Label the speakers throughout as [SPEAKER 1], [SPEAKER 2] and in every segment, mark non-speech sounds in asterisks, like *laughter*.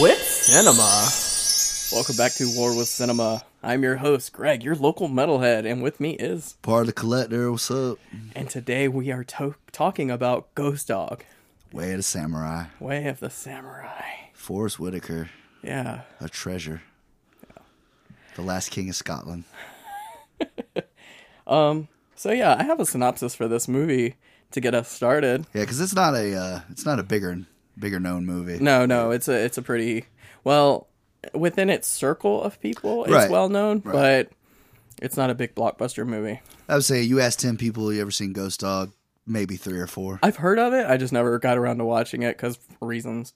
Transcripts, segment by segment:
[SPEAKER 1] With cinema.
[SPEAKER 2] Welcome back to War with Cinema. I'm your host, Greg, your local metalhead, and with me is.
[SPEAKER 3] Part of the collector. What's up?
[SPEAKER 2] And today we are to- talking about Ghost Dog,
[SPEAKER 3] Way of the Samurai.
[SPEAKER 2] Way of the Samurai.
[SPEAKER 3] Forrest Whitaker,
[SPEAKER 2] Yeah,
[SPEAKER 3] a treasure. The last king of Scotland.
[SPEAKER 2] So yeah, I have a synopsis for this movie to get us started.
[SPEAKER 3] Yeah, because it's not a uh, it's not a bigger bigger known movie.
[SPEAKER 2] No, no, it's a it's a pretty well within its circle of people, it's
[SPEAKER 3] Right.
[SPEAKER 2] well known,
[SPEAKER 3] Right.
[SPEAKER 2] but it's not a big blockbuster movie.
[SPEAKER 3] I would say you ask ten people you ever seen Ghost Dog, maybe three or four.
[SPEAKER 2] I've heard of it, I just never got around to watching it because reasons.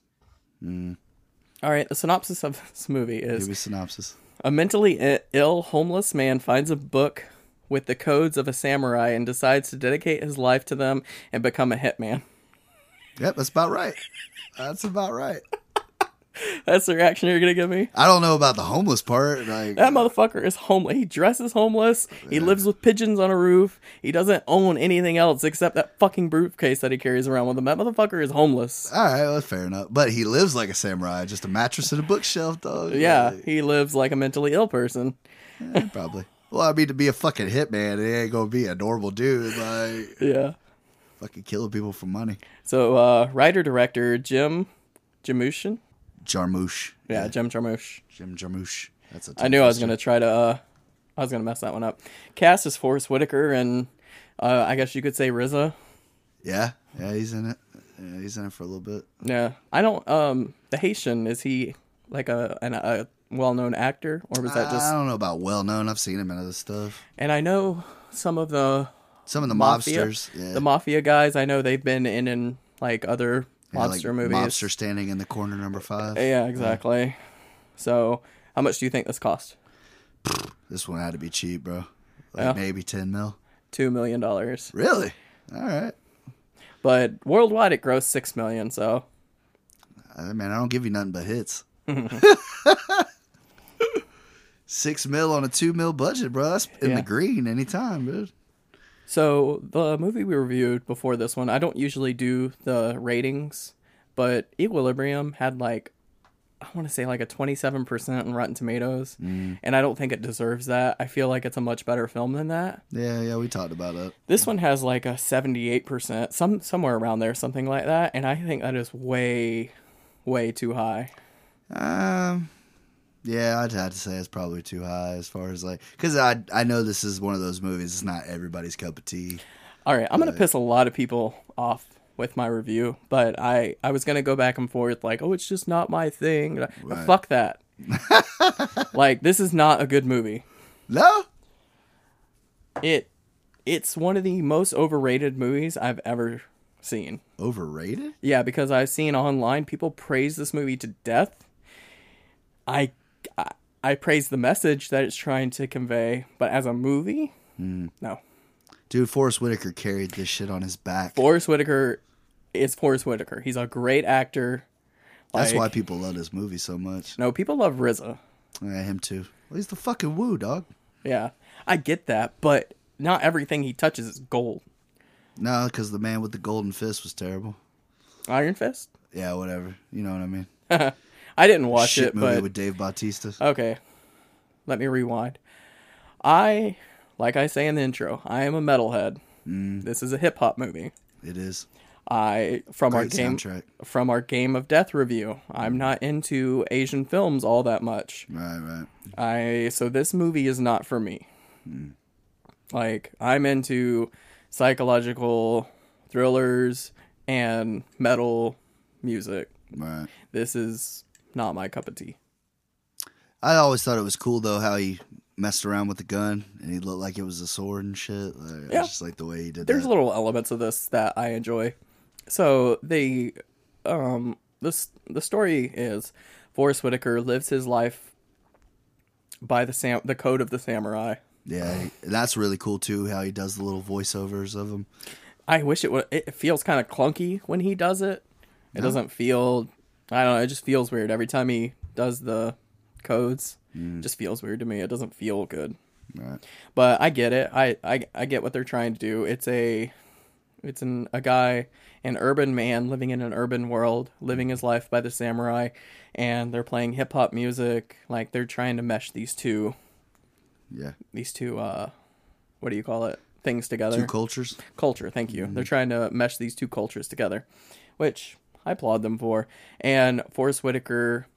[SPEAKER 2] All right, the synopsis of this movie is
[SPEAKER 3] Hmm. Give me a synopsis.
[SPEAKER 2] A mentally i- ill homeless man finds a book with the codes of a samurai and decides to dedicate his life to them and become a hitman. *laughs*
[SPEAKER 3] Yep, that's about right. That's about right.
[SPEAKER 2] That's the reaction you're gonna give me.
[SPEAKER 3] I don't know about the homeless part. Like
[SPEAKER 2] That motherfucker is homeless. He dresses homeless. He lives with pigeons on a roof. He doesn't own anything else except that fucking briefcase that he carries around with him. That motherfucker is homeless.
[SPEAKER 3] all right, well, fair enough. But he lives like a samurai, just a mattress and a bookshelf, dog.
[SPEAKER 2] Yeah,
[SPEAKER 3] Like,
[SPEAKER 2] he lives like a mentally ill person.
[SPEAKER 3] probably. Well, I mean, to be a fucking hitman, it ain't gonna be a normal dude. Like
[SPEAKER 2] Yeah.
[SPEAKER 3] fucking killing people for money.
[SPEAKER 2] So, uh, writer director Jim Jamushin.
[SPEAKER 3] Jarmusch.
[SPEAKER 2] Yeah, Jim Jarmusch.
[SPEAKER 3] Jim Jarmusch. That's a
[SPEAKER 2] I knew I was gonna try to. Uh, I was gonna mess that one up. Cast is Forrest Whitaker and uh, I guess you could say RZA.
[SPEAKER 3] Yeah, yeah, he's in it. Yeah, he's in it for a little bit.
[SPEAKER 2] Yeah, I don't. Um, the Haitian is he like a an, a well known actor or was that
[SPEAKER 3] I
[SPEAKER 2] just?
[SPEAKER 3] don't know about well known. I've seen him in other stuff.
[SPEAKER 2] And I know some of the
[SPEAKER 3] Some of the
[SPEAKER 2] mafia,
[SPEAKER 3] mobsters, yeah,
[SPEAKER 2] the mafia guys. I know they've been in in like other
[SPEAKER 3] Yeah, like
[SPEAKER 2] mobster movies.
[SPEAKER 3] Mobster standing in the corner, number five.
[SPEAKER 2] Yeah, exactly. So, how much do you think this cost?
[SPEAKER 3] This one had to be cheap, bro. Like
[SPEAKER 2] Yeah.
[SPEAKER 3] maybe ten mil.
[SPEAKER 2] Two million dollars,
[SPEAKER 3] Really? All right.
[SPEAKER 2] but worldwide it grossed six million. So
[SPEAKER 3] I man, I don't give you nothing
[SPEAKER 2] *laughs*
[SPEAKER 3] but hits. Six mil on a two mil budget, bro. That's in
[SPEAKER 2] Yeah.
[SPEAKER 3] the green anytime, dude.
[SPEAKER 2] So the movie we reviewed before this one, I don't usually do the ratings, but Equilibrium had like I want to say like a 27% in Rotten Tomatoes, and I don't think it deserves that. I feel like it's a much better film than that.
[SPEAKER 3] Yeah, yeah, we talked about it.
[SPEAKER 2] This one has like a 78%, some somewhere around there, something like that, and I think that is way way too high.
[SPEAKER 3] Um, yeah, I'd have to say it's probably too high as far as like because I I know this is one of those movies. It's not everybody's cup of tea.
[SPEAKER 2] All right, I'm gonna piss a lot of people off with my review, but I I was gonna go back and forth like, oh, it's just not my thing.
[SPEAKER 3] Right.
[SPEAKER 2] Fuck that. like this is not a good movie.
[SPEAKER 3] No,
[SPEAKER 2] It it's one of the most overrated movies I've ever seen.
[SPEAKER 3] overrated.
[SPEAKER 2] Yeah, because I've seen online people praise this movie to death. I I, I praise the message that it's trying to convey, but as a movie, no.
[SPEAKER 3] Dude, Forrest Whitaker carried this shit on his back.
[SPEAKER 2] Forrest Whitaker is Forrest Whitaker. He's a great actor.
[SPEAKER 3] That's
[SPEAKER 2] like-
[SPEAKER 3] why people love this movie so much.
[SPEAKER 2] No, people love RZA.
[SPEAKER 3] Yeah, him too. Well, he's the fucking woo dog.
[SPEAKER 2] Yeah, I get that, but not everything he touches is gold.
[SPEAKER 3] No, because the man with the golden fist was terrible.
[SPEAKER 2] Iron Fist.
[SPEAKER 3] Yeah, whatever. You know what I mean.
[SPEAKER 2] I didn't watch
[SPEAKER 3] Shit
[SPEAKER 2] it,
[SPEAKER 3] movie
[SPEAKER 2] but
[SPEAKER 3] with Dave Bautista.
[SPEAKER 2] okay. Let me rewind. I, like I say in the intro, I am a metalhead.
[SPEAKER 3] Mm.
[SPEAKER 2] This is a hip hop movie.
[SPEAKER 3] it is
[SPEAKER 2] I from our
[SPEAKER 3] great
[SPEAKER 2] game
[SPEAKER 3] soundtrack.
[SPEAKER 2] from our Game of Death review. I'm not into Asian films all that much.
[SPEAKER 3] Right, right.
[SPEAKER 2] I so this movie is not for me. Like I'm into psychological thrillers and metal music.
[SPEAKER 3] Right.
[SPEAKER 2] This is not my cup of tea.
[SPEAKER 3] I always thought it was cool though how he messed around with the gun and he looked like it was a sword and shit. Like,
[SPEAKER 2] Yeah.
[SPEAKER 3] I just like the way he did
[SPEAKER 2] There's
[SPEAKER 3] that.
[SPEAKER 2] little elements of this that I enjoy. So they um this the story is Forrest Whitaker lives his life by the sam- the code of the samurai.
[SPEAKER 3] yeah, he- that's really cool too. How he does the little voiceovers of him.
[SPEAKER 2] I wish it would. It feels kind of clunky when he does it. It doesn't feel. I don't know. It just feels weird every time he does the codes. It just feels weird to me. It doesn't feel good.
[SPEAKER 3] Mm. Right.
[SPEAKER 2] But I get it. I, I I get what they're trying to do. It's a It's an a guy, an urban man living in an urban world, living his life by the samurai, and they're playing hip hop music. Like they're trying to mesh these two,
[SPEAKER 3] Yeah.
[SPEAKER 2] these two, uh, what do you call it? Things together.
[SPEAKER 3] Two cultures.
[SPEAKER 2] culture. Thank you. They're trying to mesh these two cultures together, which I applaud them for. And Forrest Whitaker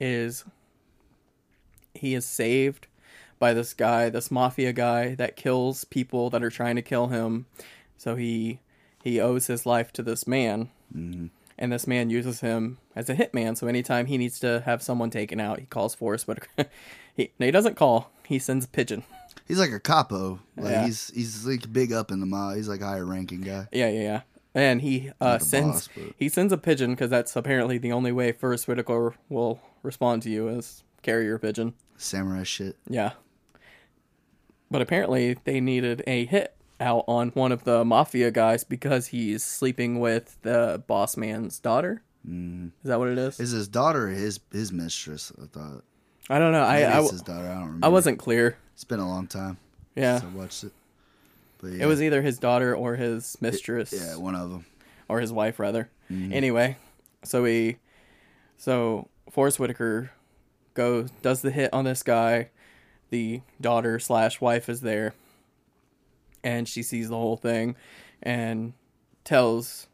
[SPEAKER 2] is he is saved by this guy, this mafia guy that kills people that are trying to kill him. So he he owes his life to this man. And this man uses him as a hitman. So anytime he needs to have someone taken out, he calls Forrest Whitaker. *laughs* he, no, he doesn't call. He sends a pigeon.
[SPEAKER 3] He's like a capo. Like
[SPEAKER 2] Yeah.
[SPEAKER 3] he's he's like big up in the mob. He's like higher ranking guy.
[SPEAKER 2] Yeah, yeah, yeah. And he uh,
[SPEAKER 3] the
[SPEAKER 2] sends
[SPEAKER 3] boss, but-
[SPEAKER 2] he sends a pigeon because that's apparently the only way Forrest Whitaker will respond to you is carrier pigeon.
[SPEAKER 3] Samurai shit.
[SPEAKER 2] Yeah. But apparently they needed a hit out on one of the mafia guys because he's sleeping with the boss man's daughter. Mm. Is that what it is?
[SPEAKER 3] Is his daughter or his his mistress? I thought.
[SPEAKER 2] I don't know. I
[SPEAKER 3] Maybe
[SPEAKER 2] I,
[SPEAKER 3] it's his daughter. I don't remember.
[SPEAKER 2] I wasn't clear.
[SPEAKER 3] It's been a long time.
[SPEAKER 2] Yeah.
[SPEAKER 3] since I watched it. But yeah,
[SPEAKER 2] It was either his daughter or his mistress.
[SPEAKER 3] yeah one of them.
[SPEAKER 2] or his wife rather. Anyway, so he, so Forrest Whitaker goes does the hit on this guy. The daughter slash wife is there, and she sees the whole thing, and tells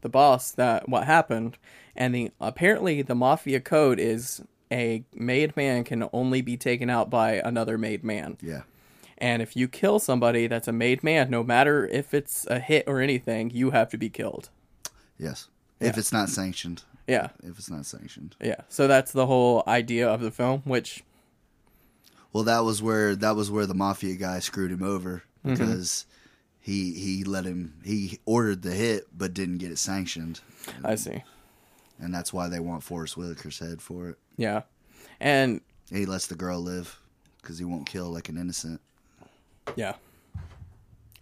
[SPEAKER 2] the boss that what happened, and the apparently the mafia code is a made man can only be taken out by another made man.
[SPEAKER 3] Yeah.
[SPEAKER 2] And if you kill somebody that's a made man, no matter if it's a hit or anything, you have to be killed.
[SPEAKER 3] Yes. If it's not sanctioned.
[SPEAKER 2] Yeah.
[SPEAKER 3] If it's not sanctioned.
[SPEAKER 2] Yeah. So that's the whole idea of the film, which
[SPEAKER 3] Well, that was where that was where the mafia guy screwed him over
[SPEAKER 2] Mm-hmm.
[SPEAKER 3] because he he let him he ordered the hit but didn't get it sanctioned,
[SPEAKER 2] I see.
[SPEAKER 3] and that's why they want Forrest Whitaker's head for it.
[SPEAKER 2] Yeah. And
[SPEAKER 3] And he lets the girl live because he won't kill like an innocent.
[SPEAKER 2] yeah.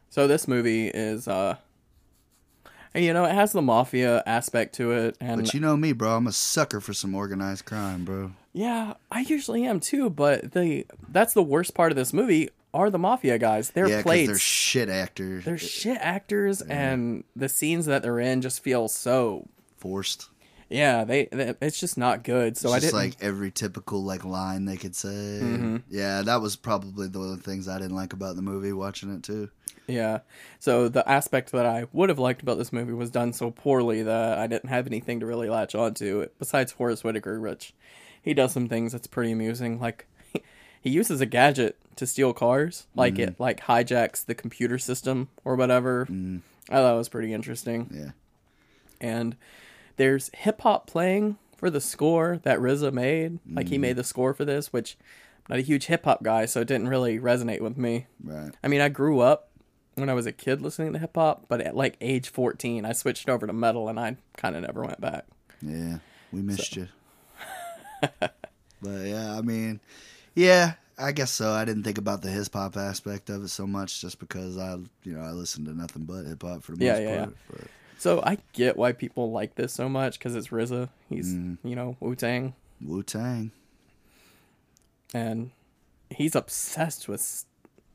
[SPEAKER 2] So this movie is uh and, you know, it has the mafia aspect to it and
[SPEAKER 3] But you know me, bro. I'm a sucker for some organized crime, bro.
[SPEAKER 2] yeah, I usually am too, but the that's the worst part of this movie are the mafia guys. They're
[SPEAKER 3] yeah, because
[SPEAKER 2] played
[SPEAKER 3] they're uh, shit actors.
[SPEAKER 2] they're shit actors and the scenes that they're in just feel so
[SPEAKER 3] forced.
[SPEAKER 2] yeah they, they it's just not good so i didn't
[SPEAKER 3] just
[SPEAKER 2] Mm-hmm.
[SPEAKER 3] like every typical like line they could say. Yeah, that was probably the one of the things I didn't like about the movie watching it too.
[SPEAKER 2] yeah so the aspect that i would have liked about this movie was done so poorly that i didn't have anything to really latch onto besides horace whitaker which he does some things that's pretty amusing like *laughs* he uses a gadget to steal cars like it like hijacks the computer system or whatever i thought it was pretty interesting
[SPEAKER 3] Yeah.
[SPEAKER 2] and there's hip hop playing for the score that RZA made. Like he made the score for this, which I'm not a huge hip hop guy, so it didn't really resonate with me.
[SPEAKER 3] Right.
[SPEAKER 2] I mean, I grew up when I was a kid listening to hip hop, but at like age 14, I switched over to metal and I kind of never went back.
[SPEAKER 3] Yeah, we missed
[SPEAKER 2] *laughs*
[SPEAKER 3] you. but yeah, I mean, yeah, I guess so. I didn't think about the hip hop aspect of it so much, just because I, you know, I listened to nothing but hip hop for the
[SPEAKER 2] Yeah,
[SPEAKER 3] most
[SPEAKER 2] yeah,
[SPEAKER 3] part. But
[SPEAKER 2] So I get why people like this so much because it's RZA. He's,
[SPEAKER 3] Mm.
[SPEAKER 2] you know, Wu Tang.
[SPEAKER 3] Wu Tang,
[SPEAKER 2] And he's obsessed with s-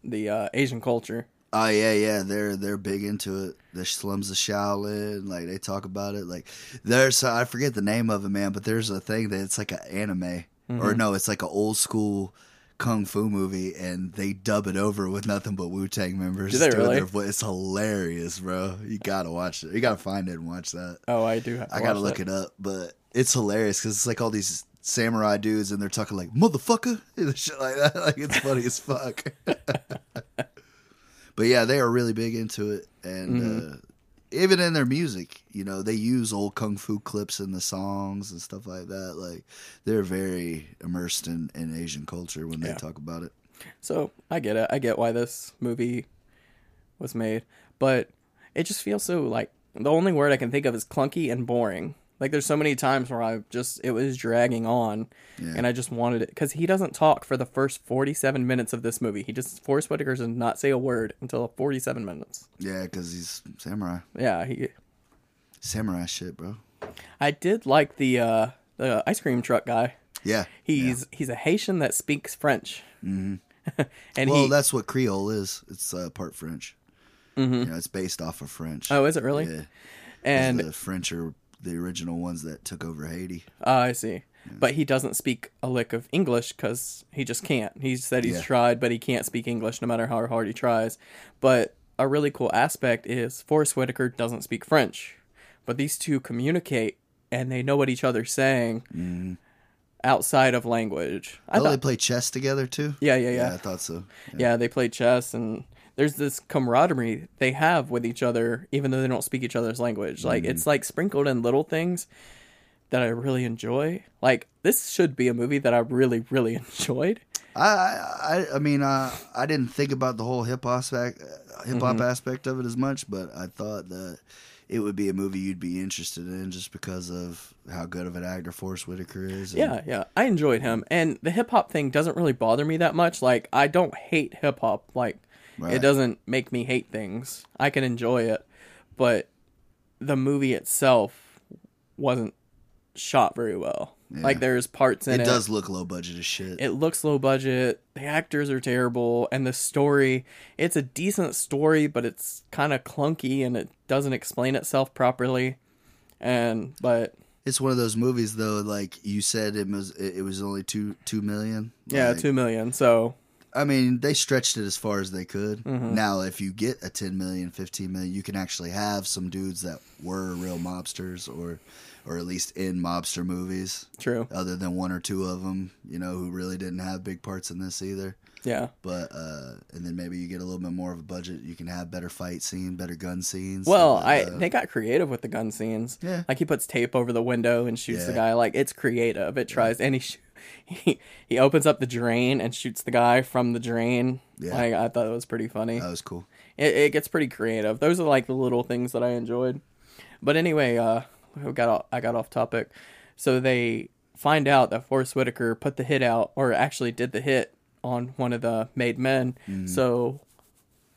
[SPEAKER 2] the uh, Asian culture.
[SPEAKER 3] oh yeah, yeah, they're they're big into it. The slums of Shaolin, like they talk about it. Like there's, I forget the name of it, man, but there's a thing that it's like an anime, or
[SPEAKER 2] Mm-hmm.
[SPEAKER 3] no, it's like an old school. Kung Fu movie, and they dub it over with nothing but Wu Tang members.
[SPEAKER 2] Do they
[SPEAKER 3] doing
[SPEAKER 2] really?
[SPEAKER 3] their vo- It's hilarious, bro. You gotta watch it. You gotta find it and watch that.
[SPEAKER 2] Oh, I do have to
[SPEAKER 3] I gotta
[SPEAKER 2] watch that.
[SPEAKER 3] look it up, but it's hilarious because it's like all these samurai dudes and they're talking like motherfucker *laughs* and shit like that. Like it's funny as fuck. *laughs* but yeah, they are really big into it, and
[SPEAKER 2] Mm-hmm.
[SPEAKER 3] uh, even in their music, you know, they use old kung fu clips in the songs and stuff like that. Like they're very immersed in, in Asian culture when they
[SPEAKER 2] Yeah.
[SPEAKER 3] talk about it.
[SPEAKER 2] So I get it. I get why this movie was made, but it just feels so like the only word I can think of is clunky and boring. Like there's so many times where I just it was dragging on, and I just wanted it because he doesn't talk for the first 47 minutes of this movie. He just Forrest Whitaker does not say a word until 47 minutes.
[SPEAKER 3] Yeah, because he's samurai,
[SPEAKER 2] Yeah, he.
[SPEAKER 3] samurai shit, bro.
[SPEAKER 2] I did like the uh, the ice cream truck guy.
[SPEAKER 3] Yeah.
[SPEAKER 2] He's he's a Haitian that speaks French. Mm-hmm. *laughs* and
[SPEAKER 3] Well,
[SPEAKER 2] he
[SPEAKER 3] that's what Creole is. It's uh, part French. You know, it's based off of French.
[SPEAKER 2] Mm-hmm. Oh, is it really?
[SPEAKER 3] Yeah.
[SPEAKER 2] and
[SPEAKER 3] the French are the original ones that took over Haiti.
[SPEAKER 2] Oh, I see. But he doesn't speak a lick of English because he just can't. He said he's
[SPEAKER 3] Yeah.
[SPEAKER 2] tried, but he can't speak English no matter how hard he tries. But a really cool aspect is Forrest Whitaker doesn't speak French, but these two communicate and they know what each other's saying outside of language. I
[SPEAKER 3] Oh, they
[SPEAKER 2] thought,
[SPEAKER 3] play chess together too.
[SPEAKER 2] yeah, yeah, yeah,
[SPEAKER 3] I thought so. Yeah.
[SPEAKER 2] yeah. They play chess and there's this camaraderie they have with each other, even though they don't speak each other's language. Like it's
[SPEAKER 3] Mm-hmm.
[SPEAKER 2] like sprinkled in little things that I really enjoy. Like this should be a movie that I really, really *laughs* enjoyed.
[SPEAKER 3] I, I, I- I mean, uh, I didn't think about the whole hip hop aspect, uh, hip hop
[SPEAKER 2] Mm-hmm.
[SPEAKER 3] aspect of it as much, but I thought that it would be a movie you'd be interested in just because of how good of an actor Forrest Whitaker is. and-
[SPEAKER 2] Yeah, yeah, I enjoyed him, and the hip hop thing doesn't really bother me that much. Like I don't hate hip hop. Like it
[SPEAKER 3] Right.
[SPEAKER 2] doesn't make me hate things. I can enjoy it, but the movie itself wasn't shot very well. Like there's parts in
[SPEAKER 3] it
[SPEAKER 2] it
[SPEAKER 3] does look low budget as shit.
[SPEAKER 2] it looks low budget the actors are terrible and the story it's a decent story but it's kind of clunky and it doesn't explain itself properly and but
[SPEAKER 3] it's one of those movies though. Like you said, it was it it was only two two million.
[SPEAKER 2] yeah
[SPEAKER 3] Like,
[SPEAKER 2] 2 million so
[SPEAKER 3] I mean, they stretched it as far as they could.
[SPEAKER 2] Mm-hmm.
[SPEAKER 3] Now, if you get a 10 million, 15 million, you can actually have some dudes that were real mobsters or or at least in mobster movies,
[SPEAKER 2] true
[SPEAKER 3] other than one or two of them, you know, who really didn't have big parts in this either.
[SPEAKER 2] yeah
[SPEAKER 3] But, uh, and then maybe you get a little bit more of a budget. You can have better fight scene, better gun scenes.
[SPEAKER 2] well
[SPEAKER 3] stuff
[SPEAKER 2] i
[SPEAKER 3] like that.
[SPEAKER 2] they got creative with the gun scenes
[SPEAKER 3] Yeah.
[SPEAKER 2] like he puts tape over the window and shoots the
[SPEAKER 3] Yeah.
[SPEAKER 2] guy like it's creative it tries and he sh- *laughs* he, he opens up the drain and shoots the guy from the drain
[SPEAKER 3] Yeah.
[SPEAKER 2] like i thought it was pretty funny
[SPEAKER 3] That was cool.
[SPEAKER 2] it, it gets pretty creative. Those are like the little things that I enjoyed. But anyway, uh, I got off, I got off topic. So they find out that Forrest Whitaker put the hit out, or actually did the hit on one of the made men.
[SPEAKER 3] Mm.
[SPEAKER 2] So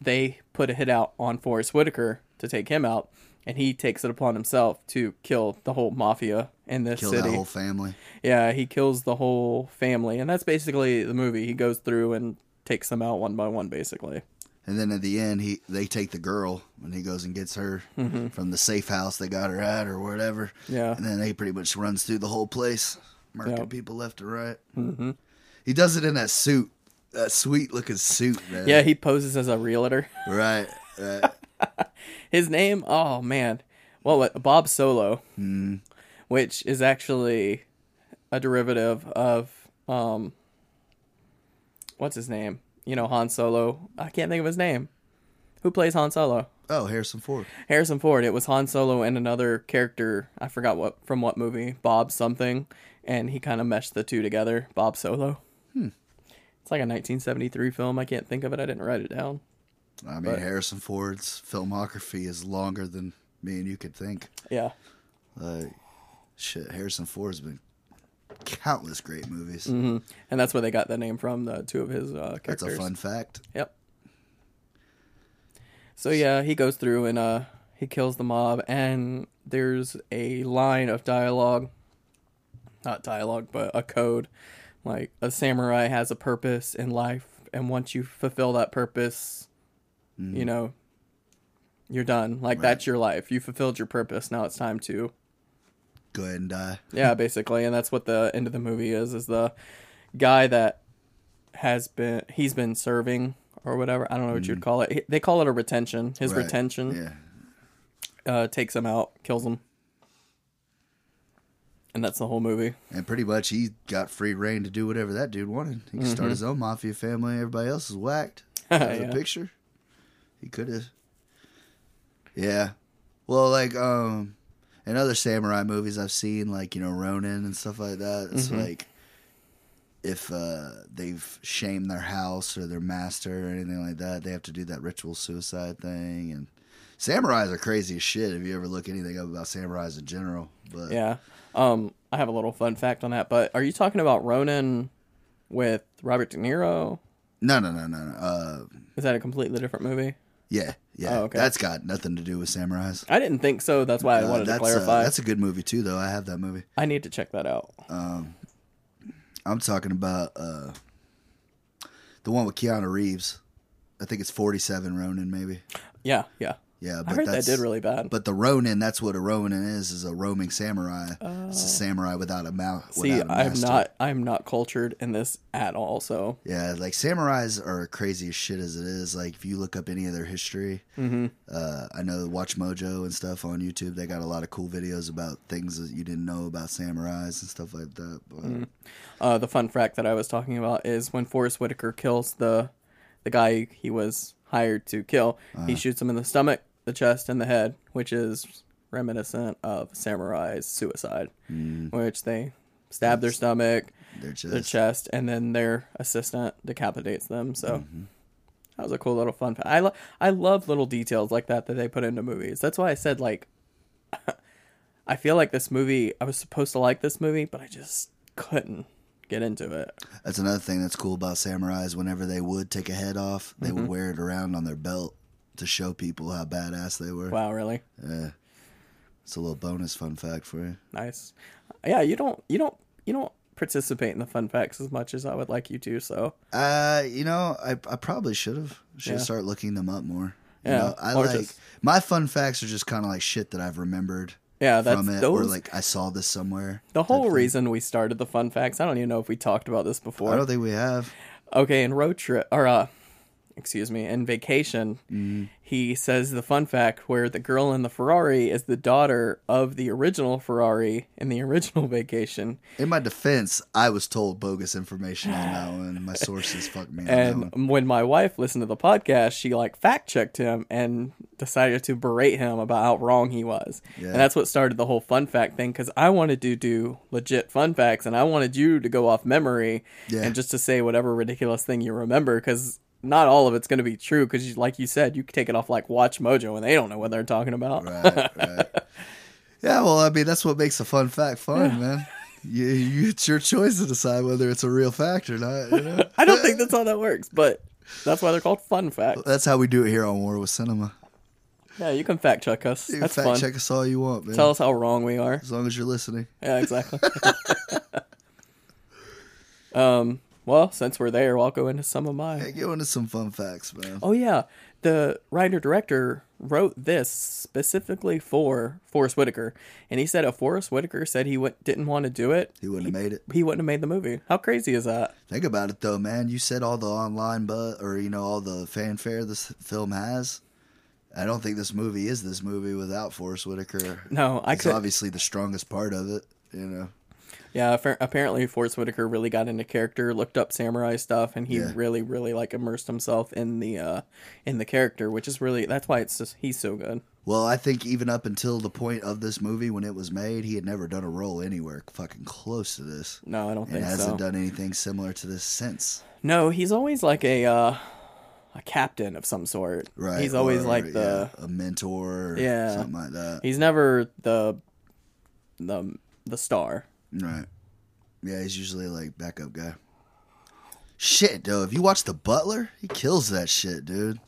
[SPEAKER 2] they put a hit out on Forrest Whitaker to take him out, and he takes it upon himself to kill the whole mafia in this
[SPEAKER 3] Kill
[SPEAKER 2] city.
[SPEAKER 3] that whole family.
[SPEAKER 2] Yeah, he kills the whole family, and that's basically the movie. He goes through and takes them out one by one, basically.
[SPEAKER 3] And then at the end, he they take the girl and he goes and gets her from the safe house they got her at or whatever.
[SPEAKER 2] Mm-hmm. Yeah.
[SPEAKER 3] And then he pretty much runs through the whole place, murdering
[SPEAKER 2] Yep.
[SPEAKER 3] people left and right. Mm-hmm. He does it in that suit, that sweet looking suit, man.
[SPEAKER 2] Yeah, he poses as a realtor. *laughs*
[SPEAKER 3] Right. right.
[SPEAKER 2] His name, oh man, well, what Bob Solo, which is actually a derivative of um, what's his name? You know, Han Solo. I can't think of his name. Who plays Han Solo?
[SPEAKER 3] Oh, Harrison Ford.
[SPEAKER 2] Harrison Ford. It was Han Solo and another character. I forgot what from what movie. Bob something, and he kind of meshed the two together. Bob Solo. It's like a 1973 film. I can't think of it. I didn't write it down.
[SPEAKER 3] I mean, Harrison Ford's filmography is longer than me and you could think.
[SPEAKER 2] Yeah.
[SPEAKER 3] Like, shit, Harrison Ford's been countless great movies.
[SPEAKER 2] and that's where they got the name from the two of his uh, characters.
[SPEAKER 3] That's a fun fact.
[SPEAKER 2] Yep. So yeah, he goes through and uh he kills the mob, and there's a line of dialogue, not dialogue, but a code, like a samurai has a purpose in life, and once you fulfill that purpose,
[SPEAKER 3] Mm-hmm.
[SPEAKER 2] you know, you're done. Like that's your life. You fulfilled your purpose. Now it's time to
[SPEAKER 3] Go ahead and die.
[SPEAKER 2] yeah, basically, and that's what the end of the movie is: is the guy that has been he's been serving or whatever. I don't know what you'd call it. He- They call it a retention. His
[SPEAKER 3] Mm. Right.
[SPEAKER 2] retention
[SPEAKER 3] Yeah.
[SPEAKER 2] uh, takes him out, kills him, and that's the whole movie. *laughs*
[SPEAKER 3] And pretty much he got free reign to do whatever that dude wanted. He could start his own mafia family. Everybody else
[SPEAKER 2] *laughs*
[SPEAKER 3] is whacked. There's
[SPEAKER 2] Mm-hmm. Yeah.
[SPEAKER 3] a picture. He could have. Yeah. Well, like, um, in other samurai movies I've seen, like, you know, Ronin and stuff like that, it's
[SPEAKER 2] Mm-hmm.
[SPEAKER 3] like if uh, they've shamed their house or their master or anything like that, they have to do that ritual suicide thing. And samurais are crazy as shit if you ever look anything up about samurais in general. But
[SPEAKER 2] Yeah. Um, I have a little fun fact on that, but are you talking about Ronin with Robert De Niro?
[SPEAKER 3] no, no, no, no, no. Uh,
[SPEAKER 2] Is that a completely different movie?
[SPEAKER 3] Yeah, yeah.
[SPEAKER 2] Oh, okay.
[SPEAKER 3] That's got nothing to do with samurais.
[SPEAKER 2] I didn't think so. That's why I
[SPEAKER 3] Uh,
[SPEAKER 2] wanted to
[SPEAKER 3] that's, uh,
[SPEAKER 2] clarify.
[SPEAKER 3] that's Uh, a good movie too, though. I have that movie.
[SPEAKER 2] I need to check that out.
[SPEAKER 3] I'm talking about uh, the one with Keanu Reeves. I think it's 47 Ronin, maybe.
[SPEAKER 2] Yeah, yeah.
[SPEAKER 3] Yeah,
[SPEAKER 2] I
[SPEAKER 3] but
[SPEAKER 2] heard that
[SPEAKER 3] that's
[SPEAKER 2] did really bad.
[SPEAKER 3] but the Ronin, that's what a Ronin is, is a roaming samurai. it's a samurai without a mouth.
[SPEAKER 2] Oh. See,
[SPEAKER 3] without a
[SPEAKER 2] I'm
[SPEAKER 3] master.
[SPEAKER 2] not I'm not cultured in this at all. So
[SPEAKER 3] Yeah, like samurais are crazy as shit as it is. Like if you look up any of their history, uh, I know Watch Mojo and stuff on YouTube. They got a lot of cool videos about things that you didn't know about samurais and stuff like that. But
[SPEAKER 2] uh, the fun fact that I was talking about is when Forrest Whitaker kills the the guy he was hired to kill,
[SPEAKER 3] Uh-huh.
[SPEAKER 2] he shoots him in the stomach, the chest, and the head, which is reminiscent of samurai's suicide,
[SPEAKER 3] Hmm.
[SPEAKER 2] which they stab their stomach,
[SPEAKER 3] they're
[SPEAKER 2] their
[SPEAKER 3] just
[SPEAKER 2] chest, and then their assistant decapitates them. So.
[SPEAKER 3] Mm-hmm.
[SPEAKER 2] That was a cool little fun fact. I lo- I love little details like that that they put into movies. That's why I said like *laughs* I feel like this movie I was supposed to like this movie, but I just couldn't get into it.
[SPEAKER 3] that's another thing that's cool about samurais. Whenever they would take a head off, they would wear it around on their belt to show people how badass they were.
[SPEAKER 2] Wow, really?
[SPEAKER 3] Yeah. It's a little bonus fun fact for you.
[SPEAKER 2] Nice. Yeah, you don't you don't you don't participate in the fun facts as much as I would like you to, so
[SPEAKER 3] Uh, you know, I I probably should have should
[SPEAKER 2] Yeah.
[SPEAKER 3] start looking them up more. You
[SPEAKER 2] Yeah,
[SPEAKER 3] know, I
[SPEAKER 2] or
[SPEAKER 3] like
[SPEAKER 2] just-
[SPEAKER 3] my fun facts are just kind of like shit that I've remembered
[SPEAKER 2] yeah, that's
[SPEAKER 3] from it, or
[SPEAKER 2] those
[SPEAKER 3] like I saw this somewhere.
[SPEAKER 2] the
[SPEAKER 3] type
[SPEAKER 2] whole
[SPEAKER 3] thing.
[SPEAKER 2] reason we started the fun facts. I don't even know if we talked about this
[SPEAKER 3] I
[SPEAKER 2] before.
[SPEAKER 3] don't think we have.
[SPEAKER 2] Okay, in road trip or uh excuse me, in vacation, he says the fun fact where the girl in the Ferrari is the daughter of the original Ferrari in the *laughs* original vacation.
[SPEAKER 3] In my defense, I was told bogus information on that one.
[SPEAKER 2] *sighs*
[SPEAKER 3] My sources fucked me on that one.
[SPEAKER 2] And when my wife listened to the podcast, she like fact checked him and decided to berate him about how wrong he was.
[SPEAKER 3] Yeah.
[SPEAKER 2] And that's what started the whole fun fact thing because I wanted to do legit fun facts and I wanted you to go off memory
[SPEAKER 3] Yeah.
[SPEAKER 2] and just to say whatever ridiculous thing you remember because not all of it's going to be true because, like you said, you could take it off like Watch Mojo and they don't know what they're talking about.
[SPEAKER 3] Right, right. Yeah, well, I mean, that's what makes a fun fact fun, man. You, you, it's your choice to decide whether it's a real fact or not.
[SPEAKER 2] *laughs*
[SPEAKER 3] You know?
[SPEAKER 2] *laughs* I don't think that's how that works, but that's why they're called fun facts.
[SPEAKER 3] That's how we do it here on War with Cinema.
[SPEAKER 2] Yeah, you can fact check us.
[SPEAKER 3] You
[SPEAKER 2] That's
[SPEAKER 3] fact
[SPEAKER 2] fun.
[SPEAKER 3] check us all you want, man.
[SPEAKER 2] Tell us how wrong we are.
[SPEAKER 3] as long as you're listening.
[SPEAKER 2] Yeah, exactly. *laughs* um, well, since we're there, I'll go into some of
[SPEAKER 3] Hey,
[SPEAKER 2] mine.
[SPEAKER 3] get into some fun facts, man.
[SPEAKER 2] Oh yeah, the writer director wrote this specifically for Forrest Whitaker, and he said if Forrest Whitaker said he w- didn't want to do it,
[SPEAKER 3] He wouldn't have made it.
[SPEAKER 2] he wouldn't have made the movie. How crazy is that?
[SPEAKER 3] Think about it though, man. You said all the online but or you know all the fanfare this film has. I don't think this movie is this movie without Forrest Whitaker.
[SPEAKER 2] No, I
[SPEAKER 3] It's
[SPEAKER 2] could.
[SPEAKER 3] obviously the strongest part of it, you know.
[SPEAKER 2] Yeah, appa- apparently Forrest Whitaker really got into character, looked up samurai stuff, and he
[SPEAKER 3] Yeah.
[SPEAKER 2] really, really like immersed himself in the uh in the character, which is really that's why it's just he's so good.
[SPEAKER 3] Well, I think even up until the point of this movie when it was made, he had never done a role anywhere fucking close to this.
[SPEAKER 2] No, I don't
[SPEAKER 3] And
[SPEAKER 2] think so.
[SPEAKER 3] hasn't done anything similar to this since.
[SPEAKER 2] No, he's always like a uh, a captain of some sort.
[SPEAKER 3] Right.
[SPEAKER 2] He's always
[SPEAKER 3] or,
[SPEAKER 2] like the
[SPEAKER 3] yeah, a mentor or
[SPEAKER 2] Yeah.
[SPEAKER 3] something like that.
[SPEAKER 2] he's never the the the star.
[SPEAKER 3] Right. Yeah, he's usually like backup guy. Shit, though. If you watch The Butler, he kills that shit, dude.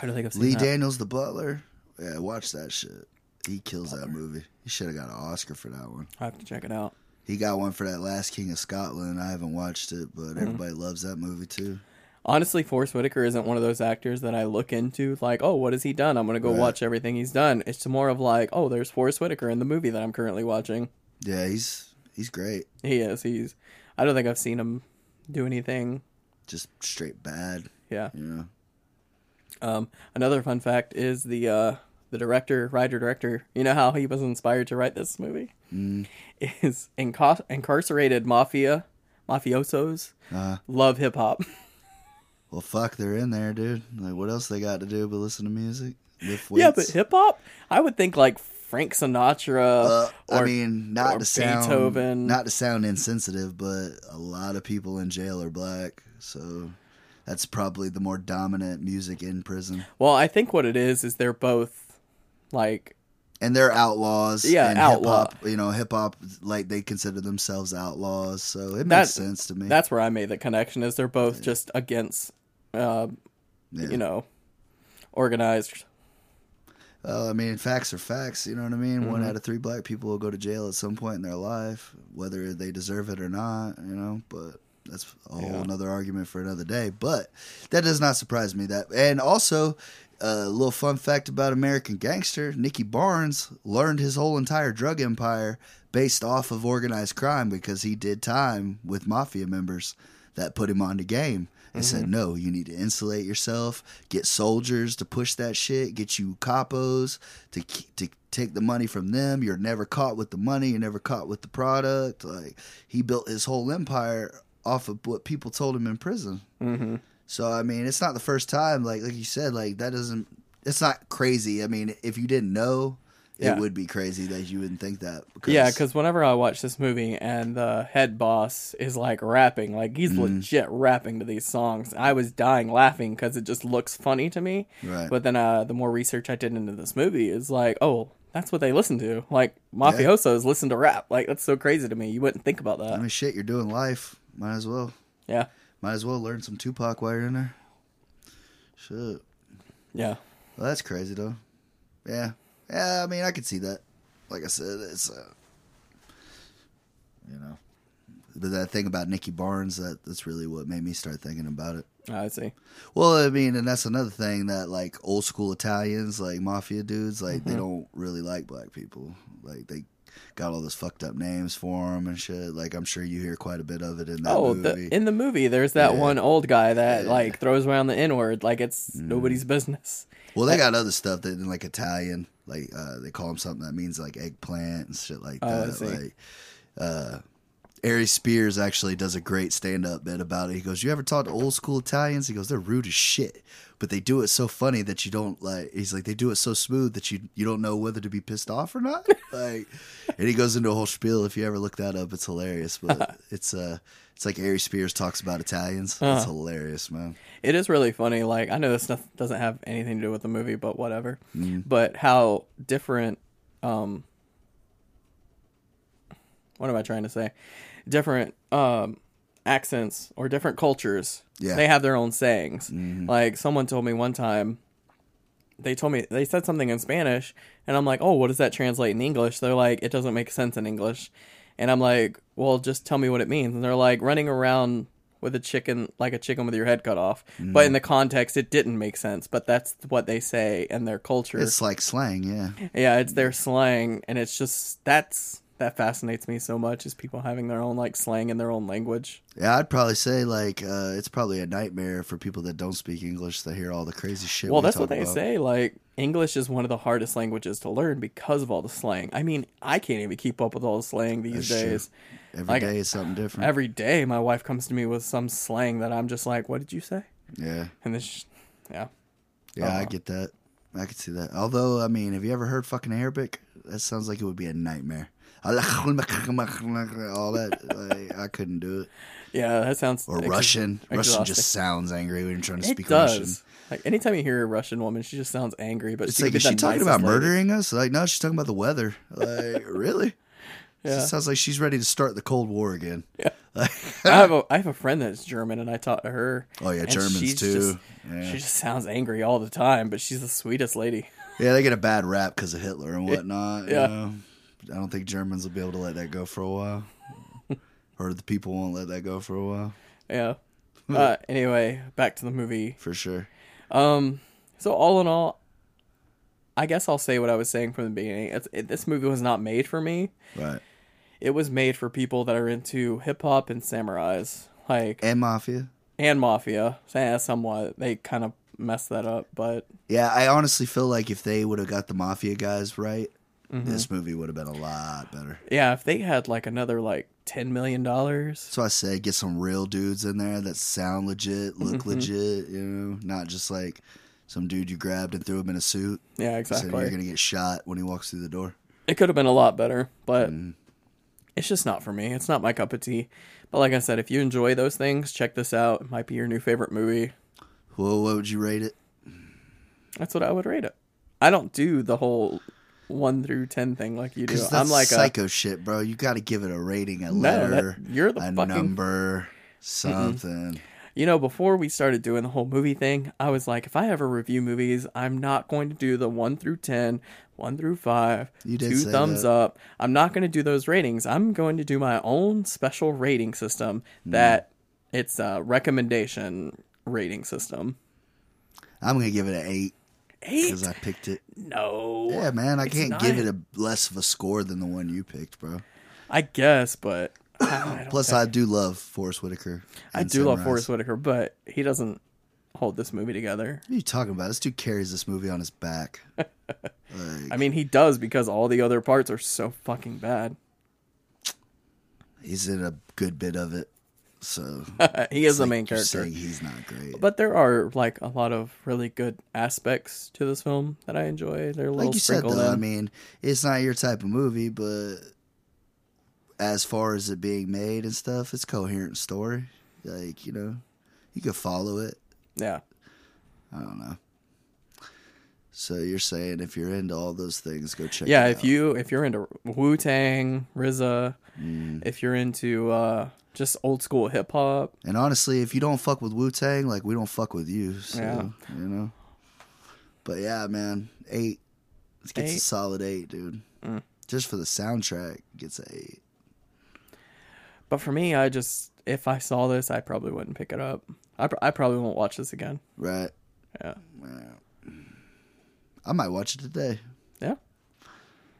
[SPEAKER 2] I don't think I've seen
[SPEAKER 3] Lee
[SPEAKER 2] that.
[SPEAKER 3] Daniels, The Butler. Yeah, watch that shit. He kills that movie. He should have got an Oscar for that one.
[SPEAKER 2] I have to check it out.
[SPEAKER 3] He got one for that Last King of Scotland. I haven't watched it, but
[SPEAKER 2] Mm-hmm.
[SPEAKER 3] everybody loves that movie too.
[SPEAKER 2] Honestly, Forrest Whitaker isn't one of those actors that I look into like, oh, what has he done? I'm gonna go watch everything he's done. It's more of like, oh, there's Forrest Whitaker in the movie that I'm currently watching.
[SPEAKER 3] Yeah, he's he's great.
[SPEAKER 2] He is. He's. I don't think I've seen him do anything.
[SPEAKER 3] Just straight bad,
[SPEAKER 2] Yeah.
[SPEAKER 3] you know.
[SPEAKER 2] Um, another fun fact is the uh, the director, writer, director. You know how he was inspired to write this movie? Mm. Is inco- incarcerated mafia mafiosos
[SPEAKER 3] Uh,
[SPEAKER 2] love hip hop?
[SPEAKER 3] well, fuck, they're in there, dude. Like, what else they got to do but listen to music? Lift
[SPEAKER 2] *laughs* yeah, but
[SPEAKER 3] weights?
[SPEAKER 2] hip hop. I would think like Frank Sinatra
[SPEAKER 3] Uh,
[SPEAKER 2] or
[SPEAKER 3] I mean, not
[SPEAKER 2] or
[SPEAKER 3] to sound
[SPEAKER 2] Beethoven.
[SPEAKER 3] not to sound insensitive, but a lot of people in jail are black, so that's probably the more dominant music in prison.
[SPEAKER 2] well, I think what it is is they're both like
[SPEAKER 3] And they're outlaws.
[SPEAKER 2] Yeah,
[SPEAKER 3] and
[SPEAKER 2] outlaw.
[SPEAKER 3] Hip-hop, you know, hip hop, like they consider themselves outlaws, so it
[SPEAKER 2] That-
[SPEAKER 3] makes sense to me.
[SPEAKER 2] that's where I made the connection. Is they're both just against, uh,
[SPEAKER 3] Yeah.
[SPEAKER 2] you know, organized.
[SPEAKER 3] Uh, I mean, facts are facts. You know what I mean.
[SPEAKER 2] Mm-hmm.
[SPEAKER 3] One out of three black people will go to jail at some point in their life, whether they deserve it or not. You know, but that's a whole another argument for another day. But that does not surprise me. That and also a little fun fact about American Gangster: Nicky Barnes learned his whole entire drug empire based off of organized crime because he did time with mafia members that put him on the game. They said, no, you need to insulate yourself, get soldiers to push that shit, get you capos to ke- to take the money from them. You're never caught with the money, you're never caught with the product. Like he built his whole empire off of what people told him in prison.
[SPEAKER 2] Mm-hmm.
[SPEAKER 3] So I mean, it's not the first time. Like like you said, like that doesn't. It's not crazy. I mean, if you didn't know,
[SPEAKER 2] Yeah.
[SPEAKER 3] it would be crazy that you wouldn't think that.
[SPEAKER 2] Yeah, because whenever I watch this movie and the head boss is like rapping, like he's
[SPEAKER 3] Mm-hmm.
[SPEAKER 2] legit rapping to these songs, I was dying laughing because it just looks funny to me.
[SPEAKER 3] right.
[SPEAKER 2] But then uh, the more research I did into this movie is like, oh, that's what they listen to. Like mafiosos listen to rap. Like that's so crazy to me. You wouldn't think about
[SPEAKER 3] I
[SPEAKER 2] that.
[SPEAKER 3] mean, shit, you're doing life. Might as well.
[SPEAKER 2] Yeah,
[SPEAKER 3] Might as well learn some Tupac while you're in there. Shit.
[SPEAKER 2] yeah.
[SPEAKER 3] Well, that's crazy though. Yeah. Yeah. I mean, I could see that. Like I said, it's uh, you know, but that thing about Nicky Barnes that that's really what made me start thinking about it.
[SPEAKER 2] I see.
[SPEAKER 3] Well, I mean, and that's another thing that like old school Italians, like mafia dudes, like
[SPEAKER 2] Mm-hmm.
[SPEAKER 3] they don't really like black people. Like they got all those fucked up names for them and shit. Like I'm sure you hear quite a bit of it in that
[SPEAKER 2] oh,
[SPEAKER 3] movie.
[SPEAKER 2] the, in the movie, there's that
[SPEAKER 3] Yeah.
[SPEAKER 2] one old guy that
[SPEAKER 3] Yeah. Mm-hmm.
[SPEAKER 2] like throws around the N word like it's nobody's business.
[SPEAKER 3] well, they got other stuff that in like Italian, like uh, they call them something that means like eggplant and shit like
[SPEAKER 2] Oh, I
[SPEAKER 3] that.
[SPEAKER 2] see.
[SPEAKER 3] Like uh, Ari Spears actually does a great stand up bit about it. He goes, "You ever talk to old school Italians?" He goes, "They're rude as shit, but they do it so funny that you don't like." He's like, "They do it so smooth that you you don't know whether to be pissed off
[SPEAKER 2] *laughs*
[SPEAKER 3] or not." like, and he goes into a whole spiel. If you ever look that up, it's hilarious.
[SPEAKER 2] *laughs*
[SPEAKER 3] But it's uh, it's like Ari Spears talks about Italians. It's
[SPEAKER 2] Uh-huh.
[SPEAKER 3] hilarious, man.
[SPEAKER 2] It is really funny. Like I know this stuff doesn't have anything to do with the movie, but whatever. But how different? Um, what am I trying to say? Different um, accents or different cultures.
[SPEAKER 3] Yeah.
[SPEAKER 2] they have their own sayings. Like someone told me one time. They told me they said something in Spanish, and I'm like, "Oh, what does that translate in English?" They're like, "It doesn't make sense in English," and I'm like, "Well, just tell me what it means." And they're like, "Running around with a chicken, like a chicken with your head cut off." But in the context, it didn't make sense. But that's what they say in their culture.
[SPEAKER 3] It's like slang, yeah.
[SPEAKER 2] Yeah, it's their slang, and it's just that's that fascinates me so much is people having their own like slang in their own language.
[SPEAKER 3] Yeah, I'd probably say like uh, it's probably a nightmare for people that don't speak English to hear all the crazy shit.
[SPEAKER 2] well,
[SPEAKER 3] we
[SPEAKER 2] that's
[SPEAKER 3] talk
[SPEAKER 2] what they
[SPEAKER 3] about.
[SPEAKER 2] say. Like English is one of the hardest languages to learn because of all the slang. I mean, I can't even keep up with all the slang these
[SPEAKER 3] That's true.
[SPEAKER 2] days.
[SPEAKER 3] Every day
[SPEAKER 2] Like-
[SPEAKER 3] is something different.
[SPEAKER 2] Every day, my wife comes to me with some slang that I'm just like, "What did you say?"
[SPEAKER 3] yeah,
[SPEAKER 2] And this, yeah,
[SPEAKER 3] yeah, I
[SPEAKER 2] Uh-huh.
[SPEAKER 3] get that. I could see that. Although, I mean, have you ever heard fucking Arabic? That sounds like it would be a nightmare. All that, like, I couldn't do it.
[SPEAKER 2] yeah, that sounds
[SPEAKER 3] Or
[SPEAKER 2] ex-
[SPEAKER 3] Russian. Russian
[SPEAKER 2] exhausting.
[SPEAKER 3] just sounds angry when you're trying to
[SPEAKER 2] It
[SPEAKER 3] speak
[SPEAKER 2] does.
[SPEAKER 3] Russian.
[SPEAKER 2] Like anytime you hear a Russian woman, she just sounds angry. But
[SPEAKER 3] It's
[SPEAKER 2] she
[SPEAKER 3] like,
[SPEAKER 2] could
[SPEAKER 3] is
[SPEAKER 2] be
[SPEAKER 3] she
[SPEAKER 2] the
[SPEAKER 3] talking
[SPEAKER 2] nicest
[SPEAKER 3] about
[SPEAKER 2] lady.
[SPEAKER 3] murdering us? Like, no, she's talking about the weather.
[SPEAKER 2] *laughs*
[SPEAKER 3] Like, really?
[SPEAKER 2] Yeah.
[SPEAKER 3] It sounds like she's ready to start the Cold War again.
[SPEAKER 2] Yeah. *laughs* I have a I have a friend that's German, and I talked to her.
[SPEAKER 3] "Ah." Oh, yeah,
[SPEAKER 2] and
[SPEAKER 3] Germans,
[SPEAKER 2] she's
[SPEAKER 3] too.
[SPEAKER 2] just-
[SPEAKER 3] Yeah.
[SPEAKER 2] She just sounds angry all the time, but she's the sweetest lady. *laughs*
[SPEAKER 3] Yeah, they get a bad rap because of Hitler and whatnot.
[SPEAKER 2] Yeah.
[SPEAKER 3] You know? I don't think Germans will be able to let that go for a while.
[SPEAKER 2] *laughs*
[SPEAKER 3] or the people won't let that go for a while, *laughs*
[SPEAKER 2] Yeah. uh, anyway, back to the movie.
[SPEAKER 3] for sure.
[SPEAKER 2] Um. So all in all, I guess I'll say what I was saying from the beginning. It's, it, this movie was not made for me.
[SPEAKER 3] Right.
[SPEAKER 2] It was made for people that are into hip hop and samurais, like
[SPEAKER 3] And Mafia.
[SPEAKER 2] and mafia. Eh, somewhat they kind of messed that up, but
[SPEAKER 3] Yeah, I honestly feel like if they would have got the Mafia guys right,
[SPEAKER 2] Mm-hmm.
[SPEAKER 3] this movie would have been a lot better.
[SPEAKER 2] yeah, if they had like another like ten million dollars,
[SPEAKER 3] So I said, get some real dudes in there that sound legit, look
[SPEAKER 2] Mm-hmm.
[SPEAKER 3] legit, you know, not just like some dude you grabbed and threw him in a suit.
[SPEAKER 2] yeah,
[SPEAKER 3] Said
[SPEAKER 2] exactly.
[SPEAKER 3] you're going to get shot when he walks through the door.
[SPEAKER 2] it could have been a lot better, but it's just not for me. It's not my cup of tea. But like I said, if you enjoy those things, check this out. It might be your new favorite movie.
[SPEAKER 3] Well, what would you rate it?
[SPEAKER 2] That's what I would rate it. I don't do the whole one through ten thing like you do.
[SPEAKER 3] Because that's
[SPEAKER 2] I'm like
[SPEAKER 3] psycho shit, bro. You got to give it a rating, a
[SPEAKER 2] that-
[SPEAKER 3] letter,
[SPEAKER 2] you're the
[SPEAKER 3] a
[SPEAKER 2] fucking-
[SPEAKER 3] number, something.
[SPEAKER 2] a you know, before we started doing the whole movie thing, I was like, if I ever review movies, I'm not going to do the one through ten, one through five,
[SPEAKER 3] You did
[SPEAKER 2] two
[SPEAKER 3] say
[SPEAKER 2] thumbs
[SPEAKER 3] that.
[SPEAKER 2] up.
[SPEAKER 3] Mm.
[SPEAKER 2] I'm not going to do those ratings. I'm going to do my own special rating system that It's a recommendation rating system.
[SPEAKER 3] I'm gonna give it an eight
[SPEAKER 2] Eight?
[SPEAKER 3] because I picked it.
[SPEAKER 2] No.
[SPEAKER 3] Yeah, man, I
[SPEAKER 2] it's
[SPEAKER 3] can't
[SPEAKER 2] not-
[SPEAKER 3] give it a less of a score than the one you picked, bro.
[SPEAKER 2] I guess, but I, don't
[SPEAKER 3] Plus,
[SPEAKER 2] think-
[SPEAKER 3] I do love Forrest Whitaker.
[SPEAKER 2] I
[SPEAKER 3] and
[SPEAKER 2] do love
[SPEAKER 3] Sunrise.
[SPEAKER 2] Forrest Whitaker, but he doesn't hold this movie together.
[SPEAKER 3] What are you talking about? This dude carries this movie on
[SPEAKER 2] *laughs*
[SPEAKER 3] his back. like,
[SPEAKER 2] I mean, he does because all the other parts are so fucking bad. *laughs*
[SPEAKER 3] he's in a good bit of it, so
[SPEAKER 2] he is the
[SPEAKER 3] like
[SPEAKER 2] main
[SPEAKER 3] you're
[SPEAKER 2] character.
[SPEAKER 3] saying he's not great.
[SPEAKER 2] But there are like a lot of really good aspects to this film that I enjoy. They're little
[SPEAKER 3] like you said,
[SPEAKER 2] sprinkled
[SPEAKER 3] though,
[SPEAKER 2] in.
[SPEAKER 3] I mean, it's not your type of movie, but as far as it being made and stuff, it's a coherent story. Like you know, you could follow it.
[SPEAKER 2] yeah,
[SPEAKER 3] I don't know. So you're saying if you're into all those things, go check.
[SPEAKER 2] yeah.
[SPEAKER 3] it
[SPEAKER 2] If
[SPEAKER 3] out.
[SPEAKER 2] you if you're into Wu Tang, RZA,
[SPEAKER 3] Mm.
[SPEAKER 2] if you're into uh, just old school hip hop,
[SPEAKER 3] and honestly, if you don't fuck with Wu Tang, like we don't fuck with you. So,
[SPEAKER 2] Yeah.
[SPEAKER 3] You know. But yeah, man, eight. It gets a
[SPEAKER 2] Eight? Mm.
[SPEAKER 3] solid eight, dude. Just for the soundtrack, it gets an eight.
[SPEAKER 2] but for me, I just if I saw this, I probably wouldn't pick it up. I pr- I probably won't watch this again.
[SPEAKER 3] Right.
[SPEAKER 2] Yeah,
[SPEAKER 3] Yeah. I might watch it today.
[SPEAKER 2] yeah.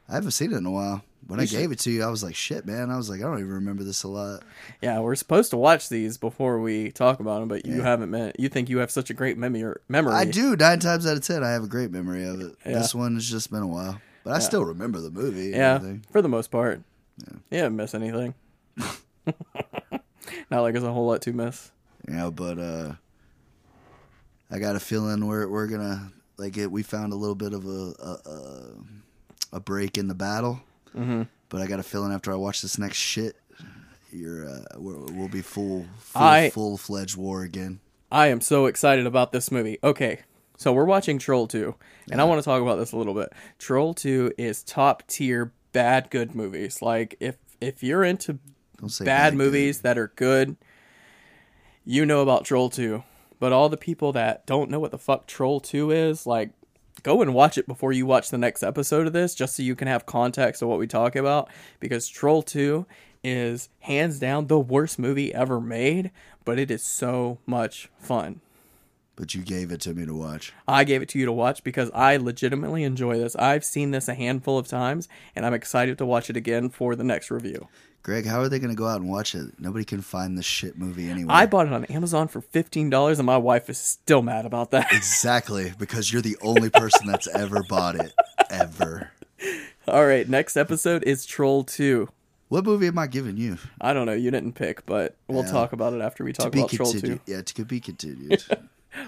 [SPEAKER 3] I haven't seen it in a while. When
[SPEAKER 2] You
[SPEAKER 3] I
[SPEAKER 2] should-
[SPEAKER 3] gave it to you, I was like, "Shit, man!" I was like, "I don't even remember this a lot."
[SPEAKER 2] Yeah, we're supposed to watch these before we talk about them, but you
[SPEAKER 3] Yeah.
[SPEAKER 2] haven't. Met, you think you have such a great memory? Memory?
[SPEAKER 3] I do nine times out of ten. I have a great memory of it.
[SPEAKER 2] Yeah.
[SPEAKER 3] This one has just been a while, but I still remember the movie. and
[SPEAKER 2] Yeah,
[SPEAKER 3] everything.
[SPEAKER 2] for the most part. Yeah, didn't miss anything. *laughs* Not like it's a whole lot to miss.
[SPEAKER 3] you know. But uh, I got a feeling we're we're gonna like it. We found a little bit of a a, a, a break in the battle, mm-hmm. but I got a feeling after I watch this next shit, you're uh, we're, we'll be full full
[SPEAKER 2] I-
[SPEAKER 3] full fledged war again.
[SPEAKER 2] I am so excited about this movie. Okay, so we're watching Troll 2, and I want to talk about this a little bit. Troll 2 is top tier bad good movies. Like if if you're into
[SPEAKER 3] Don't say
[SPEAKER 2] bad
[SPEAKER 3] good.
[SPEAKER 2] movies that are good, you know about Troll 2. But all the people that don't know what the fuck Troll 2 is, like, go and watch it before you watch the next episode of this, just so you can have context of what we talk about. Because Troll 2 is hands down the worst movie ever made, but it is so much fun.
[SPEAKER 3] But you gave it to me to watch.
[SPEAKER 2] I gave it to you to watch because I legitimately enjoy this. I've seen this a handful of times, and I'm excited to watch it again for the next review.
[SPEAKER 3] Greg, how are they going to go out and watch it? Nobody can find this shit movie anyway.
[SPEAKER 2] I bought it on Amazon for fifteen dollars, and my wife is still mad about that.
[SPEAKER 3] exactly because you're the only person that's ever bought it ever.
[SPEAKER 2] *laughs* All right, next episode is Troll Two.
[SPEAKER 3] What movie am I giving you?
[SPEAKER 2] I don't know, you didn't pick, but we'll
[SPEAKER 3] Yeah.
[SPEAKER 2] talk about it after we talk
[SPEAKER 3] Be
[SPEAKER 2] about Troll Two.
[SPEAKER 3] continued. Yeah, to be continued.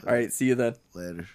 [SPEAKER 2] All right, see you then.
[SPEAKER 3] Later.